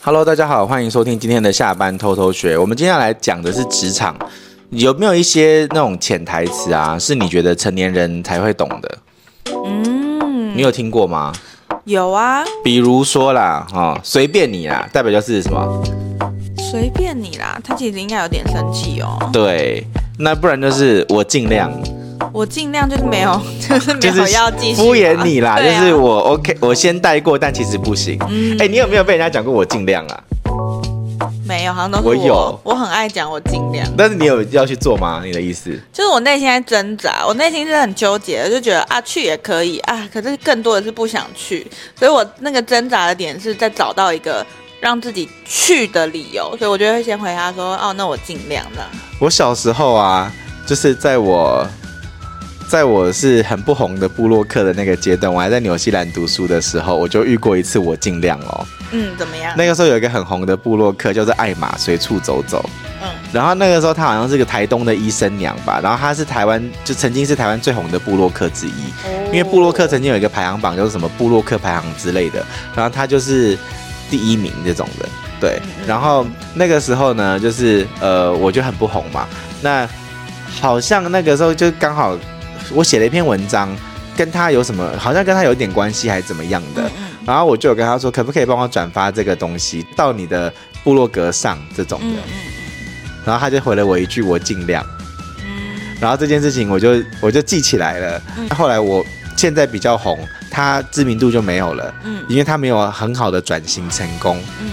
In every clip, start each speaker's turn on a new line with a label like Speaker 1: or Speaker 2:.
Speaker 1: Hello，大家好，欢迎收听今天的下班偷偷学。我们今天要来讲的是职场，有没有一些那种潜台词啊，是你觉得成年人才会懂的？嗯，你有听过吗？
Speaker 2: 有啊，
Speaker 1: 比如说啦，哈、哦，随便你啦，代表就是什么？
Speaker 2: 随便你啦。他其实应该有点生气哦。
Speaker 1: 对，那不然就是我尽量，
Speaker 2: 我尽量就是没有， 就是没
Speaker 1: 就是
Speaker 2: 有要继续
Speaker 1: 敷衍
Speaker 2: 嘛
Speaker 1: 你啦，就
Speaker 2: 对啊嗯
Speaker 1: 是我 OK，我先带过，但其实不行。哎、你有没有被人家讲过我尽量啊？
Speaker 2: 没有，好像都是
Speaker 1: 我
Speaker 2: 我
Speaker 1: 有
Speaker 2: 我很爱讲，我尽量。
Speaker 1: 但是你有要去做吗？你的意思？
Speaker 2: 就是我内心在挣扎，我内心是很纠结的，就觉得啊去也可以啊，可是更多的是不想去，所以我那个挣扎的点是在找到一个让自己去的理由，所以我就会先回他说哦，那我尽量的。
Speaker 1: 我小时候啊，就是在我在我是很不红的布洛克的那个阶段，我还在纽西兰读书的时候，我就遇过一次我尽量哦。
Speaker 2: 嗯，怎么样？
Speaker 1: 那个时候有一个很红的布洛克，叫做艾玛，随处走走。
Speaker 2: 嗯，
Speaker 1: 然后那个时候她好像是个台东的医生娘吧，然后她是台湾就曾经是台湾最红的布洛克之一。因为布洛
Speaker 2: 哦
Speaker 1: 克曾经有一个排行榜，就是什么布洛克排行之类的，然后他就是第一名这种的，对
Speaker 2: 嗯。嗯
Speaker 1: 然后那个时候呢，就是呃，我就很不红嘛。那好像那个时候就刚好我写了一篇文章，跟他有什么，好像跟他有点关系还是怎么样
Speaker 2: 嗯
Speaker 1: 的。然后我就有跟他说，可不可以帮我转发这个东西到你的部落格上这种
Speaker 2: 嗯
Speaker 1: 的。
Speaker 2: 嗯
Speaker 1: 然后他就回了我一句：“我尽量。”
Speaker 2: 嗯
Speaker 1: 然后这件事情我就我就记起来了。后来我现在比较红，他知名度就没有了，
Speaker 2: 嗯
Speaker 1: 因为他没有很好的转型成功。
Speaker 2: 嗯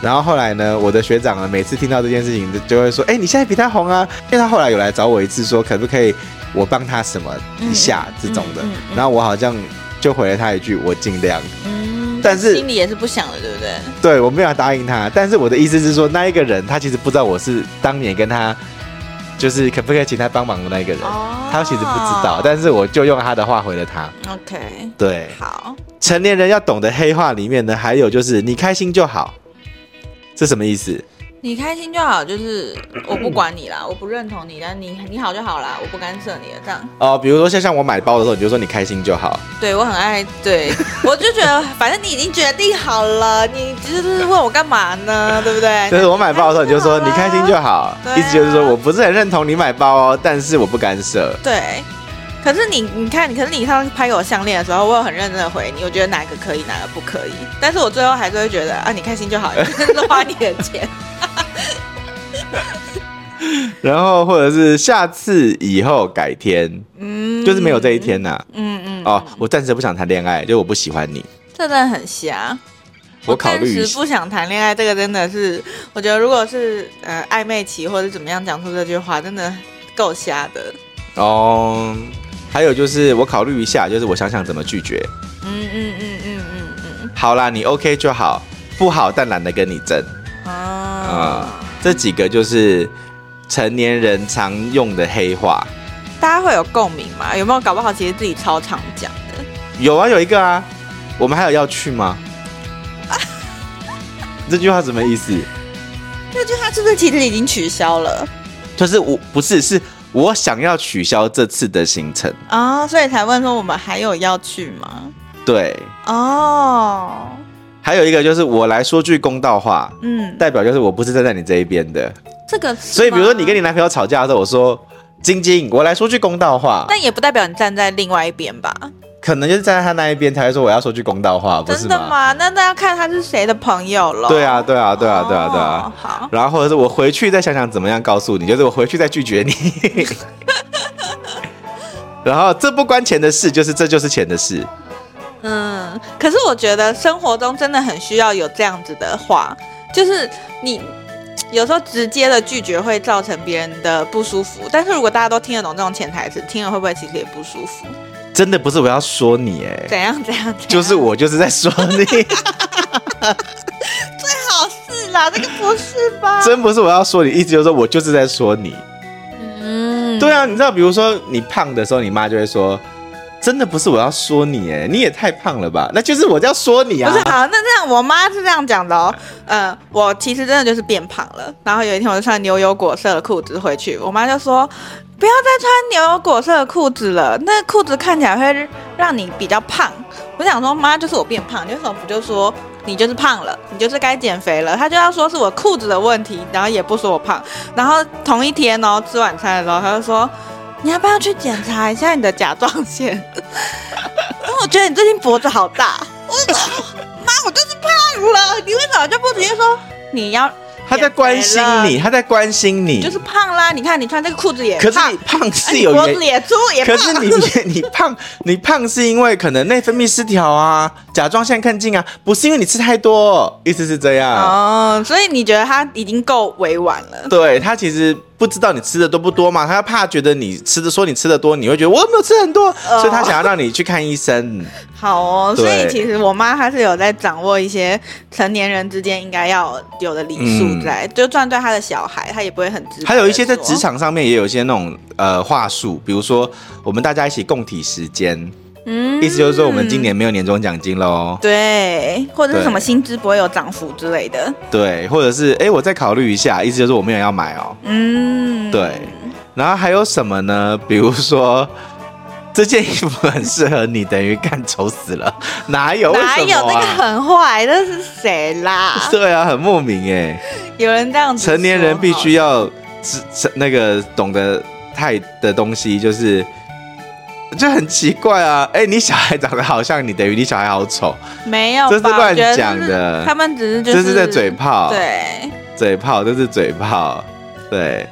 Speaker 1: 然后后来呢，我的学长呢，每次听到这件事情就就会说：“哎、你现在比他红啊！”因为他后来有来找我一次，说可不可以我帮他什么一下
Speaker 2: 嗯
Speaker 1: 这种的
Speaker 2: 嗯嗯。嗯
Speaker 1: 然后我好像就回了他一句：“我尽量。”
Speaker 2: 嗯，
Speaker 1: 但是
Speaker 2: 心里也是不想的，对不对？
Speaker 1: 对我没有答应他，但是我的意思是说，那一个人他其实不知道我是当年跟他就是可不可以请他帮忙的那一个人。
Speaker 2: 哦
Speaker 1: 他其实不知道，但是我就用他的话回了他。
Speaker 2: OK，
Speaker 1: 对，
Speaker 2: 好，
Speaker 1: 成年人要懂得黑话里面呢，还有就是你开心就好，这什么意思？
Speaker 2: 你开心就好，就是我不管 你啦，我不认同你，但你你好就好啦，我不干涉你了，这样。
Speaker 1: 哦，比如说像像我买包的时候，你就说你开心就好。
Speaker 2: 对我很爱，对 我就觉得，反正你已经决定好了，你就是问我干嘛 呢，对不对？
Speaker 1: 但是我买包的时候，你就说你开心就
Speaker 2: 好啦。
Speaker 1: 好，
Speaker 2: 哎对啊
Speaker 1: 意思就是说我不是很认同你买包哦，但是我不干涉。
Speaker 2: 对。可是你，你看，可是你上次拍给我项链的时候，我有很认真的回你，我觉得哪个可以，哪个不可以。但是我最后还是会觉得啊，你开心就好，你就是花你的 钱。嗯
Speaker 1: 然后或者是下次、以后、改天，
Speaker 2: 嗯，
Speaker 1: 就是没有这一。天呐、
Speaker 2: 嗯嗯。
Speaker 1: 哦，我暂时不想谈恋爱，就我不喜欢你，
Speaker 2: 这真的很瞎。
Speaker 1: 我考虑一
Speaker 2: 暂
Speaker 1: 下
Speaker 2: 时不想谈恋爱，这个真的是，我觉得如果是呃暧昧期或者怎么样讲出这句话，真的够瞎的。
Speaker 1: 哦。还有就是我考虑一下，就是我想想怎么拒绝。
Speaker 2: 嗯嗯嗯嗯嗯嗯
Speaker 1: 好啦，你 OK 就好，不好但懒得跟你争
Speaker 2: 嗯
Speaker 1: 啊、
Speaker 2: 啊！
Speaker 1: 这几个就是成年人常用的黑话。
Speaker 2: 大家会有共鸣吗？有没有搞不好其实自己超常讲的？
Speaker 1: 有啊，有一个啊，我们还有要去吗？ 这句话什么意思？
Speaker 2: 那就他是不是其实已经取消了
Speaker 1: 就是我不是，是我想要取消这次的行程。
Speaker 2: 啊、所以才问说我们还有要去吗？
Speaker 1: 对，
Speaker 2: 哦，
Speaker 1: 还有一个就是我来说句公道话，
Speaker 2: 嗯，
Speaker 1: 代表就是我不是站在你这一边的。
Speaker 2: 这个是
Speaker 1: 所以比如说你
Speaker 2: 吗
Speaker 1: 跟你男朋友吵架的时候，我说晶晶，我来说句公道话，
Speaker 2: 但也不代表你站在另外一边吧？
Speaker 1: 可能就是站在他那一边才会说我要说句公道话，不是
Speaker 2: 真的吗？那那要看他是谁的朋友了。
Speaker 1: 对啊，对啊，对啊，对啊，对啊
Speaker 2: 哦。好，
Speaker 1: 然后或者是我回去再想想怎么样告诉你，就是我回去再拒绝你。 然后这不关钱的事，就是这就是钱的事。
Speaker 2: 嗯，可是我觉得生活中真的很需要有这样子的话，就是你。有时候直接的拒绝会造成别人的不舒服，但是如果大家都听得懂这种潜台词，听了会不会其实也不舒服？
Speaker 1: 真的不是我要说你哎、
Speaker 2: 怎样怎样怎样？
Speaker 1: 就是我就是在说 你，
Speaker 2: 好事啦，这个不是吧？
Speaker 1: 真不是我要说你，意思就是说我就是在说你。
Speaker 2: 嗯，
Speaker 1: 对啊，你知道，比如说你胖的时候，你妈就会说，真的不是我要说你哎，你也太胖了吧？那就是我要说你啊
Speaker 2: 不。是好，那这样我妈是这样讲的哦。呃，我其实真的就是变胖了。然后有一天我就穿牛油果色的裤子回去，我妈就说不要再穿牛油果色的裤子了，那裤子看起来会让你比较胖。我想说，妈，就是我变胖，你为什么不就说你就是胖了，你就是该减肥了。他就要说是我裤子的问题，然后也不说我胖。然后同一天哦，吃晚餐的时候，他就说你要不要去检查一下你的甲状腺？ 因为我觉得你最近脖子好大。我就说妈，啊我就是胖了，你为什么就不直接说你要？
Speaker 1: 他在关心你，他在关心你，
Speaker 2: 就是胖啦！你看你穿这个裤子也
Speaker 1: 可是
Speaker 2: 胖
Speaker 1: 你，胖
Speaker 2: 哎
Speaker 1: 是
Speaker 2: 你
Speaker 1: 有
Speaker 2: 脖
Speaker 1: 原
Speaker 2: 子也粗也
Speaker 1: 可
Speaker 2: 胖。
Speaker 1: 是你 你胖，你胖是因为可能内分泌失调啊，甲状腺亢进啊，不是因为你吃太多，意思是这样。
Speaker 2: 哦，所以你觉得他已经够委婉了？
Speaker 1: 啊对他其实不知道你吃的多不多嘛，他怕觉得你吃的说你吃的多，你会觉得我又没有吃很多，
Speaker 2: 哦
Speaker 1: 所以他想要让你去看医生。
Speaker 2: 好哦，所
Speaker 1: 对
Speaker 2: 以其实我妈她是有在掌握一些成年人之间应该要有的礼数在，就算对她的小孩，她也不会很直白地说。
Speaker 1: 嗯还有一些在职场上面也有一些那种呃话术，比如说我们大家一起共体时间，
Speaker 2: 嗯
Speaker 1: 意思就是说我们今年没有年终奖金喽，
Speaker 2: 对，或者是
Speaker 1: 对
Speaker 2: 什么薪资不会有涨幅之类的。
Speaker 1: 对，或者是哎、诶我再考虑一下，意思就是我没有要买哦。
Speaker 2: 嗯，
Speaker 1: 对，然后还有什么呢？ 比如说。这件衣服很适合你，等于干丑死了，哪有？为
Speaker 2: 哪
Speaker 1: 什
Speaker 2: 有
Speaker 1: 么
Speaker 2: 那个
Speaker 1: 啊？
Speaker 2: 很坏？那是谁啦？
Speaker 1: 对啊，很莫名哎、
Speaker 2: 有人这样子说，
Speaker 1: 成年人必须
Speaker 2: 要
Speaker 1: 要知知那个懂得太的东西，就是就很奇怪啊！哎、你小孩长得好像你，等于你小孩好丑，
Speaker 2: 没有吧？
Speaker 1: 这是乱
Speaker 2: 我觉得
Speaker 1: 讲的
Speaker 2: 就是他们只是就
Speaker 1: 这是在嘴炮，
Speaker 2: 对，
Speaker 1: 嘴炮，这是嘴炮，对。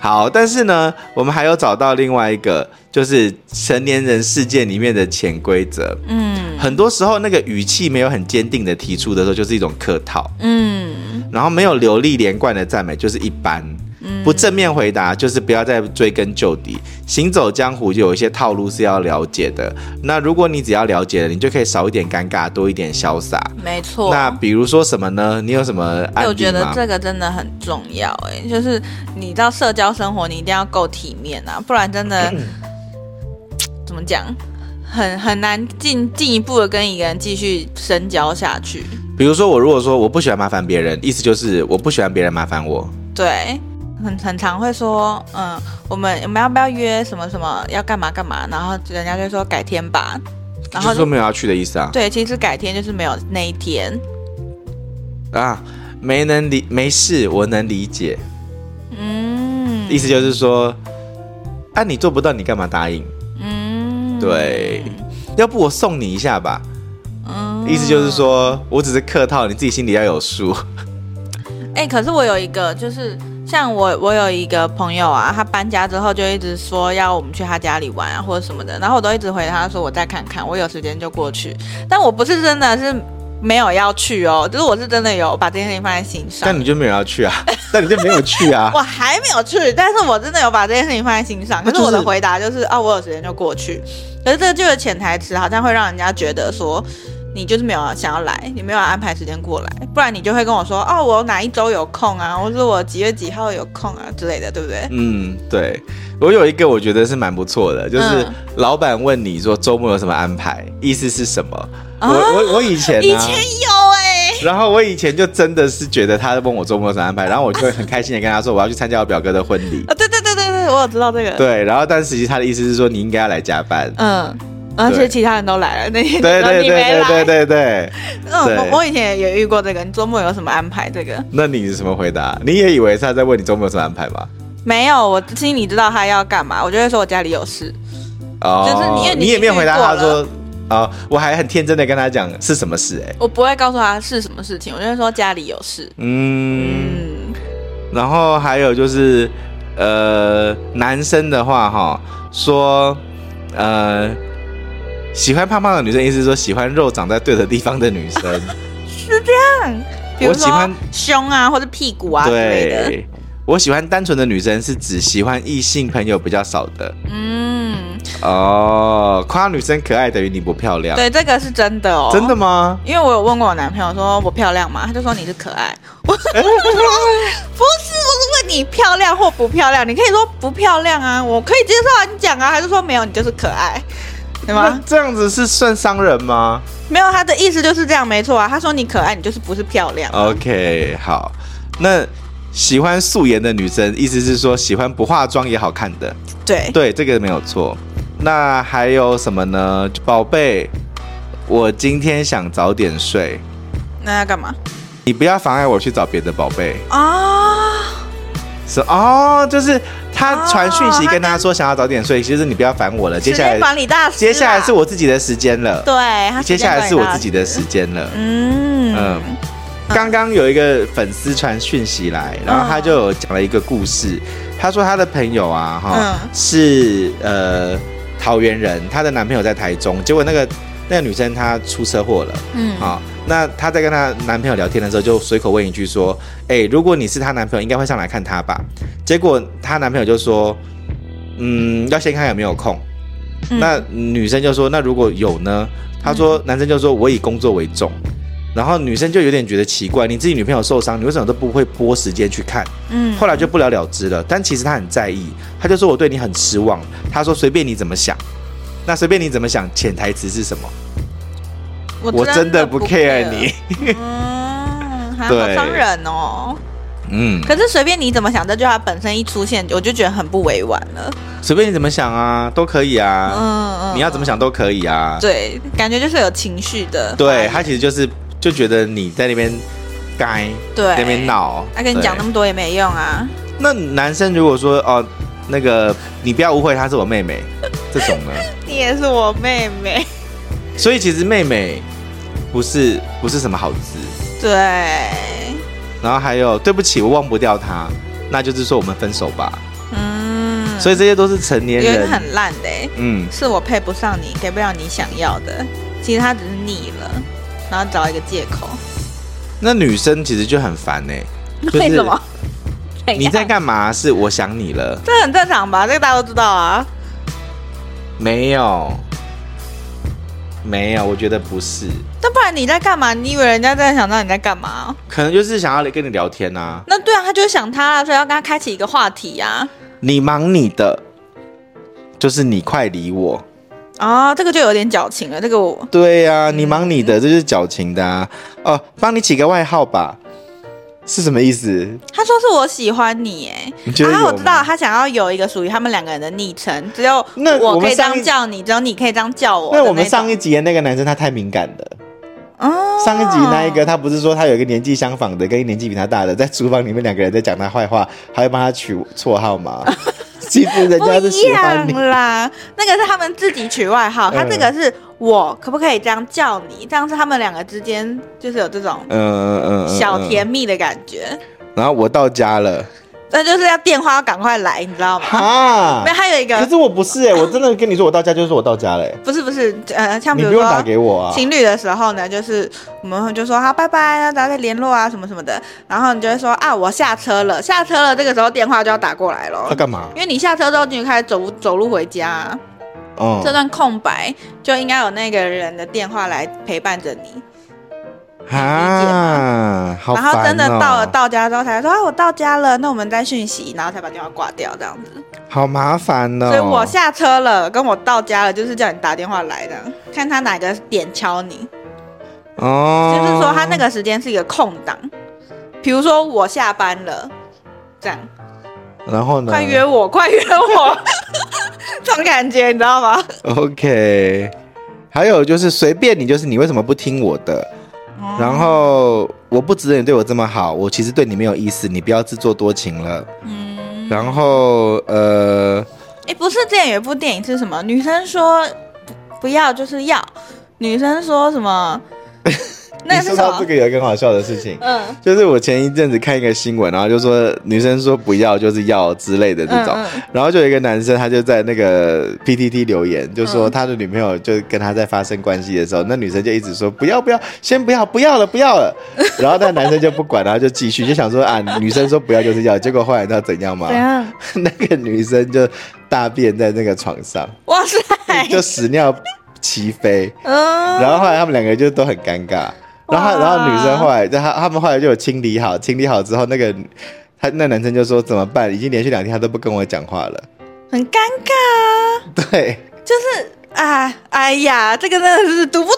Speaker 1: 好，但是呢，我们还有找到另外一个，就是成年人世界里面的潜规则。
Speaker 2: 嗯
Speaker 1: 很多时候，那个语气没有很坚定的提出的时候，就是一种客套；
Speaker 2: 嗯
Speaker 1: 然后没有流利连贯的赞美，就是一般。
Speaker 2: 嗯，
Speaker 1: 不正面回答就是不要再追根究底，行走江湖就有一些套路是要了解的。那如果你只要了解了，你就可以少一点尴尬，多一点潇洒。
Speaker 2: 没错。
Speaker 1: 那比如说什么呢？你有什么案例吗？
Speaker 2: 我觉得这个真的很重要、哎，就是你到社交生活，你一定要够体面啊，不然真的、
Speaker 1: 嗯
Speaker 2: 怎么讲，很很难进进一步的跟一个人继续深交下去。
Speaker 1: 比如说我如果说我不喜欢麻烦别人，意思就是我不喜欢别人麻烦我。
Speaker 2: 对，很很常会说，嗯，我们我们要不要约什么什么，要干嘛干嘛，然后人家就说改天吧，
Speaker 1: 就
Speaker 2: 然后
Speaker 1: 是说
Speaker 2: 就
Speaker 1: 没有要去的意思啊
Speaker 2: 对，其实改天就是没有那一天，
Speaker 1: 啊，没能理没事，我能理解。
Speaker 2: 嗯，
Speaker 1: 意思就是说，啊你做不到，你干嘛答应？
Speaker 2: 嗯，
Speaker 1: 对，要不我送你一下吧。
Speaker 2: 嗯
Speaker 1: 意思就是说我只是客套，你自己心里要有 数。
Speaker 2: 哎、可是我有一个，就是像我，我有一个朋友啊，他搬家之后就一直说要我们去他家里玩啊，或者什么的，然后我都一直回他说我再看看，我有时间就过去。但我不是真的是没有要去哦，就是我是真的有把这件事情放在心上
Speaker 1: 但。你就没有要 去啊？但你就没有去啊
Speaker 2: 我？还没有去，但是我真的有把这件事情放在心上。
Speaker 1: 那
Speaker 2: 可
Speaker 1: 就是是
Speaker 2: 我的回答就是，哦，我有时间就过去。可是这就有潜台词，好像会让人家觉得说，你就是没有想要来，你没有安排时间过来，不然你就会跟我说，哦，我哪一周有空啊，或者我几月几号有空啊之类的，对不对？
Speaker 1: 嗯，对，我有一个我觉得是蛮不错的，就是
Speaker 2: 嗯
Speaker 1: 老板问你说周末有什么安排，意思是什么？我
Speaker 2: 啊
Speaker 1: 我我以前
Speaker 2: 以
Speaker 1: 呢、
Speaker 2: 前有哎、
Speaker 1: 然后我以前就真的是觉得他问我周末有什么安排，然后我就会很开心的跟他说我要去参加我表哥的婚礼
Speaker 2: 啊、，对对对对对，我有知道这个，
Speaker 1: 对，然后但实际他的意思是说你应该要来加 班，
Speaker 2: 嗯。而且
Speaker 1: 对
Speaker 2: 其他人都来了，那天
Speaker 1: 对
Speaker 2: 然后
Speaker 1: 对
Speaker 2: 你
Speaker 1: 对
Speaker 2: 没
Speaker 1: 对
Speaker 2: 来。
Speaker 1: 对对对，
Speaker 2: 嗯，
Speaker 1: 对
Speaker 2: 我我以前也遇过这个。你周末有什么安排？这个
Speaker 1: 那你是什么回答？你也以为是他在问你周末有什么安排吗？
Speaker 2: 没有，我心里知道他要干嘛，我就会说我家里有事。
Speaker 1: 哦，
Speaker 2: 就是你因为你
Speaker 1: 也没有回答他
Speaker 2: 已经遇过
Speaker 1: 说，哦，我还很天真的跟他讲是什么事、欸，哎，
Speaker 2: 我不会告诉他是什么事情，我就会说家里有事。
Speaker 1: 嗯，
Speaker 2: 嗯，
Speaker 1: 然后还有就是，呃，男生的话哈，说，呃，喜欢胖胖的女生，意思是说喜欢肉长在对的地方的女 生，
Speaker 2: 比如
Speaker 1: 我喜
Speaker 2: 说
Speaker 1: 欢
Speaker 2: 胸啊，或者屁股啊之类的。
Speaker 1: 对。我喜欢单纯的女生，是指喜欢异性朋友比较少的
Speaker 2: 嗯，
Speaker 1: 哦。夸女生可爱等于你不漂亮，
Speaker 2: 对，这个是真的哦。
Speaker 1: 真的？吗？
Speaker 2: 因为我有问过我男朋友说我漂亮吗？他就说你是可爱。 我不是，我是问你漂亮或不漂亮，你可以说不漂亮啊，我可以接受啊，你讲啊。他就说没有，你就是可爱，
Speaker 1: 那
Speaker 2: 对吗？
Speaker 1: 这样子是算伤人吗？
Speaker 2: 没有，他的意思就是这样，没错啊。他说你可爱，你就是不是漂亮。啊
Speaker 1: 哦 OK，好，那喜欢素颜的女生，意思是说喜欢不化妆也好看的，
Speaker 2: 对，
Speaker 1: 对，这个没有错。那还有什么呢？宝贝，我今天想早点睡，
Speaker 2: 那要干嘛
Speaker 1: 你不要妨碍我去找别的宝贝。
Speaker 2: 啊？
Speaker 1: 是哦，就是他传讯息
Speaker 2: 哦
Speaker 1: 跟他说想要早点睡，其实你不要烦我哦了。接
Speaker 2: 时
Speaker 1: 下
Speaker 2: 间
Speaker 1: 来
Speaker 2: 管理大师啊，
Speaker 1: 接下来是我自己的时间了，
Speaker 2: 对，他时
Speaker 1: 接
Speaker 2: 间
Speaker 1: 下来是我自己
Speaker 2: 管理大师。
Speaker 1: 的时间了。
Speaker 2: 嗯
Speaker 1: 嗯，刚刚有一个粉丝传讯息来，然后他就有讲了一个故事，他说他的朋友啊，哈、
Speaker 2: 嗯
Speaker 1: 是呃桃园人，她的男朋友在台中，结果那个那个女生她出车祸了。
Speaker 2: 嗯，
Speaker 1: 啊、那她在跟她男朋友聊天的时候，就随口问一句说：“哎、如果你是她男朋友，应该会上来看她吧？”结果她男朋友就说：“嗯，要先看有没有空。
Speaker 2: 嗯
Speaker 1: 那女生就说：“那如果有呢？”她说：“男生就说我以工作为重。”然后女生就有点觉得奇怪，你自己女朋友受伤，你为什么都不会拨时间去看？
Speaker 2: 嗯
Speaker 1: 后来就不了了之了。但其实她很在意，她就说我对你很失望。她说随便你怎么想，那随便你怎么想，潜台词是什么？我真的不 care 你。。
Speaker 2: 嗯，还好
Speaker 1: 对
Speaker 2: 伤人哦。
Speaker 1: 嗯，
Speaker 2: 可是随便你怎么想，这句话本身一出现，我就觉得很不委婉了。
Speaker 1: 随便你怎么想啊，都可以啊，
Speaker 2: 嗯嗯，
Speaker 1: 你要怎么想都可以啊。
Speaker 2: 对，感觉就是有情绪的。
Speaker 1: 对他其实就是就觉得你在那边该
Speaker 2: 对
Speaker 1: 在那边，闹，
Speaker 2: 他跟你讲那
Speaker 1: 对
Speaker 2: 么多也没用啊。
Speaker 1: 那男生如果说哦，那个你不要误会，她是我妹 妹，这种呢，
Speaker 2: 你也是我妹妹，
Speaker 1: 所以其实妹妹不是不是什么好字。
Speaker 2: 对，
Speaker 1: 然后还有对不起，我忘不掉她，那就是说我们分手吧。
Speaker 2: 嗯，
Speaker 1: 所以这些都是成年
Speaker 2: 有一个
Speaker 1: 人，
Speaker 2: 很烂的、欸，
Speaker 1: 嗯，
Speaker 2: 是我配不上你，给不了你想要的。其实他只是腻了，然后找一个借口。
Speaker 1: 那女生其实就很烦呢、就是
Speaker 2: 为什么？哎
Speaker 1: 你在干嘛？是我想你了。
Speaker 2: 这很正常吧？这个大家都知道啊。
Speaker 1: 没有，没有，我觉得不是，
Speaker 2: 那不然你在干嘛？你以为人家在想到你在干嘛？
Speaker 1: 可能就是想要跟你聊天啊。
Speaker 2: 那对啊，他就是想他啊，所以要跟他开启一个话题啊呀、
Speaker 1: 你忙你的，就是你快理我。
Speaker 2: 啊。哦，这个就有点矫情了。这个我
Speaker 1: 对呀、你忙你的，这就是矫情的啊。哦，帮你起个外号吧，是什么意思？
Speaker 2: 他说是我喜欢你哎，
Speaker 1: 你觉得有
Speaker 2: 啊、
Speaker 1: 吗
Speaker 2: 我知道他想要有一个属于他们两个人的昵称，只有
Speaker 1: 那我
Speaker 2: 我
Speaker 1: 们
Speaker 2: 可以这
Speaker 1: 上
Speaker 2: 样
Speaker 1: 一
Speaker 2: 叫你，只有你可以这样叫我的
Speaker 1: 那
Speaker 2: 种。
Speaker 1: 我们上一集的那个男生他太敏感了。
Speaker 2: 哦
Speaker 1: 上一集那一个，他不是说他有一个年纪相仿的，跟一年纪比他大的，在厨房里面两个人在讲他坏话，还会帮他取绰号 吗？欺负人家
Speaker 2: 不
Speaker 1: 是
Speaker 2: 一
Speaker 1: 喜欢你，嗯
Speaker 2: 样啦，那个是他们自己取外号，他这个是我可不可以这样叫你？这样是他们两个之间就是有这种
Speaker 1: 嗯嗯嗯嗯，
Speaker 2: 小甜蜜的感觉。
Speaker 1: 然后我到家了，
Speaker 2: 那就是要电话要赶快来，你知道吗？
Speaker 1: 哈
Speaker 2: 没有，。还有一
Speaker 1: 啊可
Speaker 2: 个
Speaker 1: 是我不是哎、我真的跟你说，我到家就是我到家了 欸、
Speaker 2: 不是不是，呃，像比
Speaker 1: 你
Speaker 2: 如
Speaker 1: 不用打
Speaker 2: 说
Speaker 1: 给我啊。
Speaker 2: 情侣的时候呢，就是我们就说好拜拜，那大家再联络啊什么什么的，然后你就会说啊我下车了，下车了，这个时候电话就要打过来
Speaker 1: 要
Speaker 2: 咯。
Speaker 1: 干嘛？
Speaker 2: 因为你下车之后，你就开始走走路回家啊、
Speaker 1: 嗯
Speaker 2: 这，段空白就应该有那个人的电话来陪伴着你，
Speaker 1: 啊，好
Speaker 2: 然后
Speaker 1: 烦
Speaker 2: 真的
Speaker 1: 哦
Speaker 2: 到了到家之后才说啊我到家了，那我们再讯息，然后才把电话挂掉这样子。
Speaker 1: 好麻烦哦。
Speaker 2: 所以我下车了，跟我到家了，就是叫你打电话来的，看他哪个点敲你，
Speaker 1: 哦，
Speaker 2: 就是说他那个时间是一个空档，比如说我下班了，这样
Speaker 1: 个，然后呢？
Speaker 2: 快约我，快约我， 这种感觉你知道吗？
Speaker 1: OK，还有就是随便你，就是你为什么不听我的？
Speaker 2: 哦
Speaker 1: 然后我不值得你对我这么好，我其实对你没有意思，你不要自作多情了。
Speaker 2: 嗯，
Speaker 1: 然后呃，
Speaker 2: 哎，不是，之前有一部电影是什么？女生说不不要就是要，女生说 什么？ 那
Speaker 1: 你
Speaker 2: 个是
Speaker 1: 说
Speaker 2: 什
Speaker 1: 到
Speaker 2: 么
Speaker 1: 这？个有一个很好笑的事情，
Speaker 2: 嗯，
Speaker 1: 就是我前一阵子看一个新闻，然后就说女生说不要就是要之类的这种，
Speaker 2: 嗯嗯
Speaker 1: 然后就有一个男生他就在那个 PTT 留言，就
Speaker 2: 嗯
Speaker 1: 说他的女朋友就跟他在发生关系的时候，那女生就一直说不要不要，先不要不要了不要了， 然后那男生就不管，然后就继续就想说啊，女生说不要就是要，结果后来你知道怎样吗
Speaker 2: 怎？样？
Speaker 1: 那个女生就大便在那个床上，
Speaker 2: 哇塞！
Speaker 1: 就屎尿齐飞。
Speaker 2: 嗯，
Speaker 1: 然后后来他们两个就都很尴尬，然后
Speaker 2: 哇
Speaker 1: 然后女生后来，他他们后来就有清理好，清理好之后，那个他那男生就说怎么办？已经连续两天他都不跟我讲话了。
Speaker 2: 很尴尬 啊。
Speaker 1: 对，
Speaker 2: 就是哎哎呀，这个真的是读不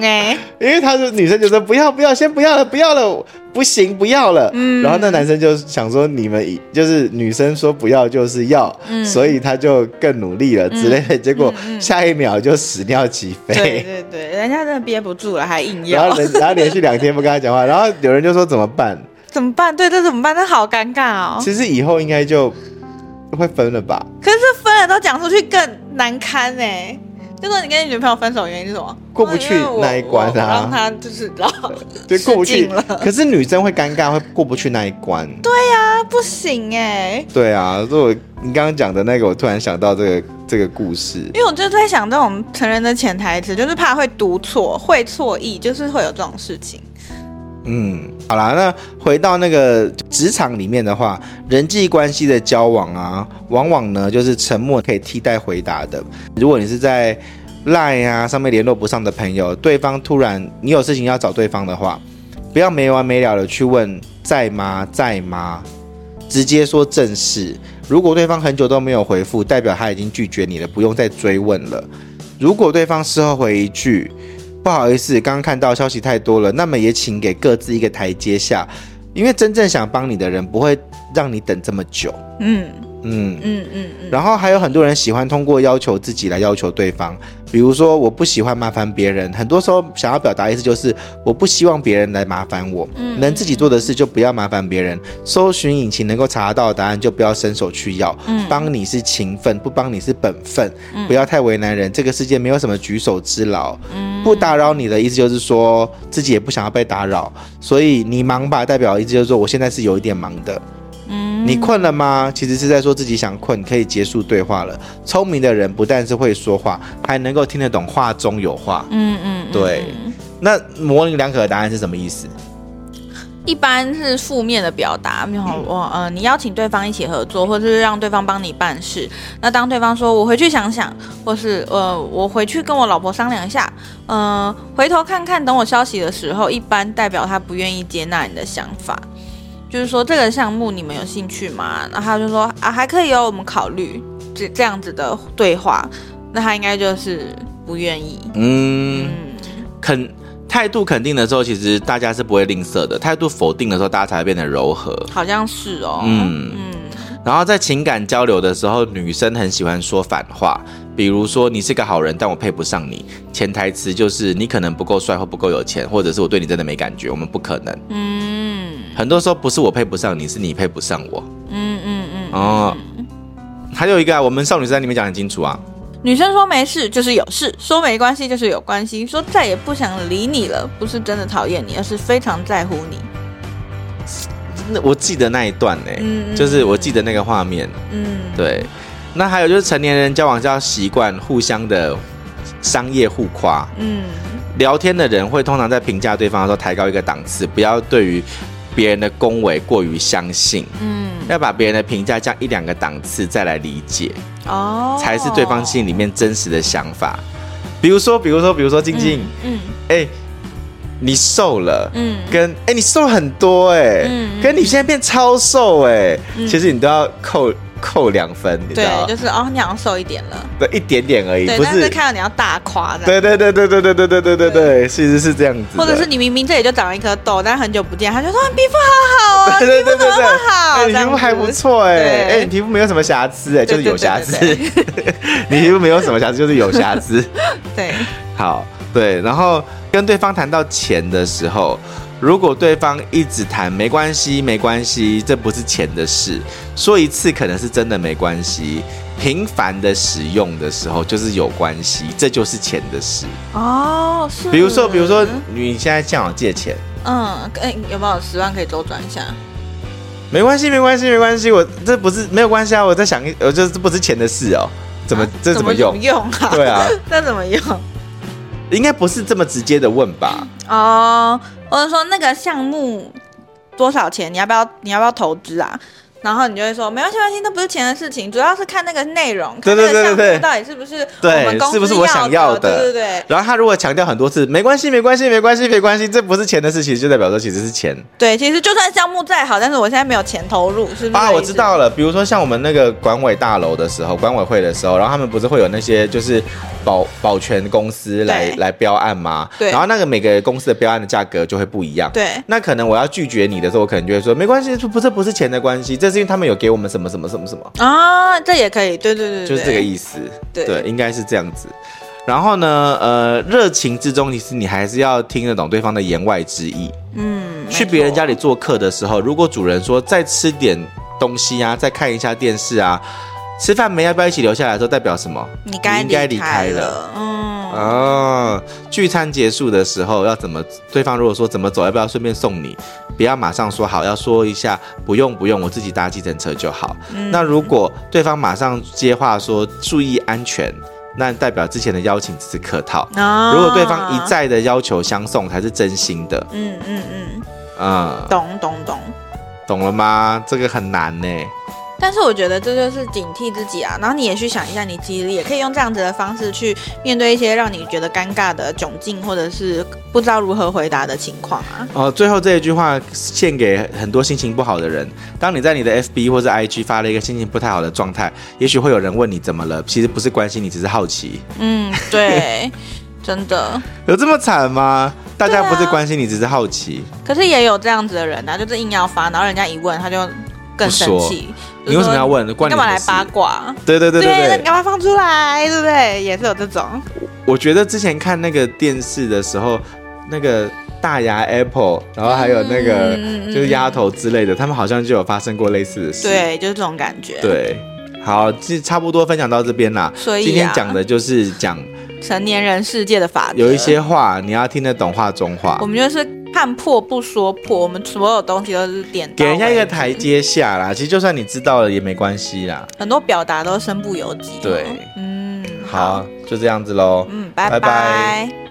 Speaker 2: 哎、
Speaker 1: 因为他是女生就说不要不要，先不要了，不要了，不行，不要了。
Speaker 2: 嗯
Speaker 1: 然后那男生就想说你们以就是女生说不要就是要，
Speaker 2: 嗯
Speaker 1: 所以他就更努力了之类的。结果
Speaker 2: 嗯嗯
Speaker 1: 下一秒就屎尿齐
Speaker 2: 对
Speaker 1: 飞。
Speaker 2: 对对，人家真的憋不住了，还硬
Speaker 1: 然
Speaker 2: 要
Speaker 1: 后，人，然后连续两天不跟他讲话，然后有人就说怎么办？
Speaker 2: 怎么办？对，这怎么办？这好尴尬哦。
Speaker 1: 其实以后应该就会分了吧？
Speaker 2: 可是这分了都讲出去更难堪哎、就说你跟你女朋友分手原因是什么？
Speaker 1: 过不去
Speaker 2: 因为我
Speaker 1: 那一关啊
Speaker 2: 我让她就是知道，
Speaker 1: 对，过不
Speaker 2: 失
Speaker 1: 去
Speaker 2: 禁了。
Speaker 1: 可是女生会尴尬，会过不去那一关。对
Speaker 2: 她不行哎、
Speaker 1: 对啊，如果你刚刚讲的那个，我突然想到这个这个故事。
Speaker 2: 因为我就在想，这种成人的潜台词就是怕会读错、会错意，就是会有这种事情。
Speaker 1: 嗯，好啦，那回到那个职场里面的话，人际关系的交往啊，往往呢就是沉默可以替代回答的。如果你是在 Line 啊上面联络不上的朋友，对方突然你有事情要找对方的话，不要没完没了的去问在吗在吗，直接说正事。如果对方很久都没有回复，代表他已经拒绝你了，不用再追问了。如果对方事后回一句不好意思，刚刚看到消息太多了，那么也请给各自一个台阶下，因为真正想帮你的人不会让你等这么久。
Speaker 2: 嗯
Speaker 1: 嗯，
Speaker 2: 嗯嗯嗯，
Speaker 1: 然后还有很多人喜欢通过要求自己来要求对方，比如说我不喜欢麻烦别人，很多时候想要表达意思就是我不希望别人来麻烦我，
Speaker 2: 嗯
Speaker 1: 能自己做的事就不要麻烦别人。搜寻引擎能够查到的答案就不要伸手去要，
Speaker 2: 嗯
Speaker 1: 帮你是情分，不帮你是本分，
Speaker 2: 嗯
Speaker 1: 不要太为难人。这个世界没有什么举手之劳，
Speaker 2: 嗯
Speaker 1: 不打扰你的意思就是说自己也不想要被打扰，所以你忙吧，代表意思就是说我现在是有一点忙的。
Speaker 2: 嗯
Speaker 1: 你困了吗？其实是在说自己想困，可以结束对话了。聪明的人不但是会说话，还能够听得懂话中有话。
Speaker 2: 嗯嗯嗯
Speaker 1: 对
Speaker 2: 嗯
Speaker 1: 那模棱两可的答案是什么意思？
Speaker 2: 一般是负面的表达，没有我呃，你邀请对方一起合作，或者是让对方帮你办事。那当对方说“我回去想想”，或是呃“我回去跟我老婆商量一下”，呃，回头看看，等我消息的时候，一般代表他不愿意接纳你的想法。就是说这个项目你们有兴趣吗？那他就说啊还可以哦，我们考虑这这样子的对话，那他应该就是不愿意。
Speaker 1: 嗯，
Speaker 2: 嗯
Speaker 1: 肯态度肯定的时候，其实大家是不会吝啬的；态度否定的时候，大家才会变得柔和。
Speaker 2: 好像是哦。
Speaker 1: 嗯
Speaker 2: 嗯
Speaker 1: 然后在情感交流的时候，女生很喜欢说反话，比如说你是个好人，但我配不上你，潜台词就是你可能不够帅或不够有钱，或者是我对你真的没感觉，我们不可能。
Speaker 2: 嗯
Speaker 1: 很多时候不是我配不上你，是你配不上我。
Speaker 2: 嗯嗯嗯。
Speaker 1: 哦，还有一个啊，我们少女时代里面讲很清楚啊，
Speaker 2: 女生说没事就是有事，说没关系就是有关系，说再也不想理你了，不是真的讨厌你，而是非常在乎你。
Speaker 1: 那我记得那一段呢、
Speaker 2: 嗯嗯
Speaker 1: 就是我记得那个画面。
Speaker 2: 嗯，
Speaker 1: 对，那还有就是成年人交往就要习惯互相的商业互夸，
Speaker 2: 嗯
Speaker 1: 聊天的人会通常在评价对方的时候抬高一个档次，不要对于别人的恭维过于相信，
Speaker 2: 嗯，
Speaker 1: 要把别人的评价降一两个档次再来理解。
Speaker 2: 哦，
Speaker 1: 才是对方心里面真实的想法。比如说，比如说，比如说，静静，
Speaker 2: 嗯
Speaker 1: 哎、你瘦了，
Speaker 2: 嗯
Speaker 1: 跟哎、你瘦了很多、哎、
Speaker 2: 嗯
Speaker 1: 跟你现在变超瘦、哎、
Speaker 2: 嗯
Speaker 1: 其实你都要扣扣两分，你知
Speaker 2: 对
Speaker 1: 道，吗
Speaker 2: 就？是哦，你好像瘦一点了，
Speaker 1: 对，一点点而已，
Speaker 2: 对，
Speaker 1: 哎不
Speaker 2: 但是
Speaker 1: 是。
Speaker 2: 看到你要大夸的，，
Speaker 1: 对对对对对对对对对对对，其实是这样子的。
Speaker 2: 或者 是你明明这里就长一颗痘，但很久不见，他就说你皮肤好好啊，
Speaker 1: 对对对对
Speaker 2: 你皮肤怎么那么 好
Speaker 1: 哎，你皮
Speaker 2: 这样
Speaker 1: 肤
Speaker 2: 子
Speaker 1: 还不错哎、
Speaker 2: 对
Speaker 1: 哎、你皮肤没有什么瑕疵哎、就
Speaker 2: 对
Speaker 1: 是有瑕疵。
Speaker 2: 对
Speaker 1: 你皮肤没有什么瑕疵，就是有瑕疵。
Speaker 2: 对，
Speaker 1: 好，对，然后跟对方谈到钱的时候，如果对方一直谈没关系，没关系，这不是钱的事，说一次可能是真的没关系，频繁的使用的时候就是有关系，这就是钱的事。
Speaker 2: 哦，是，
Speaker 1: 比如说，比如说你现在向我借钱，
Speaker 2: 嗯，哎，有没有十万可以周转一下？
Speaker 1: 没关系，没关系，没关系，我这不是没有关系啊，我在想一，我这这不是钱的事哦，怎么、
Speaker 2: 啊
Speaker 1: 这怎么用？
Speaker 2: 用啊？
Speaker 1: 对啊，
Speaker 2: 那怎么用？
Speaker 1: 应该不是这么直接的问吧？
Speaker 2: 哦，我是说那个项目多少钱？你要不要？你要不要投资啊？然后你就会说没关系，没关系，那不是钱的事情，主要是看那个内容，
Speaker 1: 对
Speaker 2: 看那
Speaker 1: 对
Speaker 2: 个
Speaker 1: 对对对
Speaker 2: 项目到底是不是我
Speaker 1: 对
Speaker 2: 们公司
Speaker 1: 是不是我想
Speaker 2: 要
Speaker 1: 要的
Speaker 2: 对对对
Speaker 1: 然后他如果强调很多次，没关系，没关系，没关系，没关系，这不是钱的事情，就代表说其实是钱
Speaker 2: 对，其实就算项目再好，但是我现在没有钱投入，是不是？
Speaker 1: 啊。我知。道了，比如说像我们那个管委大楼的时候，管委会的时候，然后他们不是会有那些就是保保全公司来
Speaker 2: 对
Speaker 1: 来标案吗？
Speaker 2: 对
Speaker 1: 然后那个每个公司的标案的价格就会不一样。
Speaker 2: 对
Speaker 1: 那可能我要拒绝你的时候，我可能就会说没关系，这不这不是钱的关系，这是因为他们有给我们什么什么什么什么，
Speaker 2: 啊，这也可以，对对对，对
Speaker 1: 就是这个
Speaker 2: 思。
Speaker 1: 意思。
Speaker 2: 对
Speaker 1: 应该是这样子。然后呢，呃，热情之中，其实你还是要听得懂对方的言外之意。
Speaker 2: 嗯，
Speaker 1: 去
Speaker 2: 没
Speaker 1: 别人
Speaker 2: 错
Speaker 1: 家里做客的时候，如果主人说再吃点东西啊，再看一下电视啊，吃饭没要不要一起留下来的时候，代表什么？
Speaker 2: 你该
Speaker 1: 应该离
Speaker 2: 开
Speaker 1: 开了。
Speaker 2: 嗯，
Speaker 1: 哦，聚餐结束的时候要怎么？对方如果说怎么走，要不要顺便送你？不要马上说好，要说一下不用不用，我自己搭计程车就好。
Speaker 2: 嗯
Speaker 1: 那如果对方马上接话说注意安全，那代表之前的邀请只是客套。
Speaker 2: 啊
Speaker 1: 如果对方一，再的要求相送，才是真心的。
Speaker 2: 嗯嗯嗯，
Speaker 1: 嗯，
Speaker 2: 懂懂懂。
Speaker 1: 懂了吗？这个很难呢、
Speaker 2: 但是我觉得这就是警惕自己啊，然后你也去想一下，你其实也可以用这样子的方式去面对一些让你觉得尴尬的窘境，或者是不知道如何回答的情况啊。
Speaker 1: 哦，最后这一句话献给很多心情不好的人。当你在你的 FB 或者 IG 发了一个心情不太好的状态，也许会有人问你怎么了，其实不是关心你，只是好奇。
Speaker 2: 嗯，对，真的。
Speaker 1: 有这么惨吗？大家
Speaker 2: 对啊
Speaker 1: 不是关心你，只是好奇。
Speaker 2: 可是也有这样子的人啊，就是硬要发，然后人家一问他就更生气。
Speaker 1: 你为什么要？问？关
Speaker 2: 干嘛
Speaker 1: 什么
Speaker 2: 来
Speaker 1: 事
Speaker 2: 八？卦？
Speaker 1: 对对对
Speaker 2: 那
Speaker 1: 对
Speaker 2: 你
Speaker 1: 对，
Speaker 2: 干嘛放出来？对不对？也是有这种，
Speaker 1: 我觉得之前看那个电视的时候，那个大牙 Apple，然后还有那个、
Speaker 2: 嗯嗯嗯
Speaker 1: 就是丫头之类的，他们好像就有发生过类似的事。
Speaker 2: 对，就是这种感觉。，
Speaker 1: 对，好，这差不多分享到这边啦。
Speaker 2: 所以啊
Speaker 1: 今天讲的就是讲
Speaker 2: 成年人世界的法则
Speaker 1: 有一些话你要听得懂话中话
Speaker 2: 我，们就是看破不说破，我们所有东西都是点到
Speaker 1: 给人家一
Speaker 2: 为
Speaker 1: 个
Speaker 2: 止
Speaker 1: 台，阶下啦。其实就算你知道了也没关系啦。
Speaker 2: 很多表达都身不由己、
Speaker 1: 对，
Speaker 2: 嗯，
Speaker 1: 好，就这样子喽。
Speaker 2: 嗯，拜
Speaker 1: 拜
Speaker 2: 拜
Speaker 1: 拜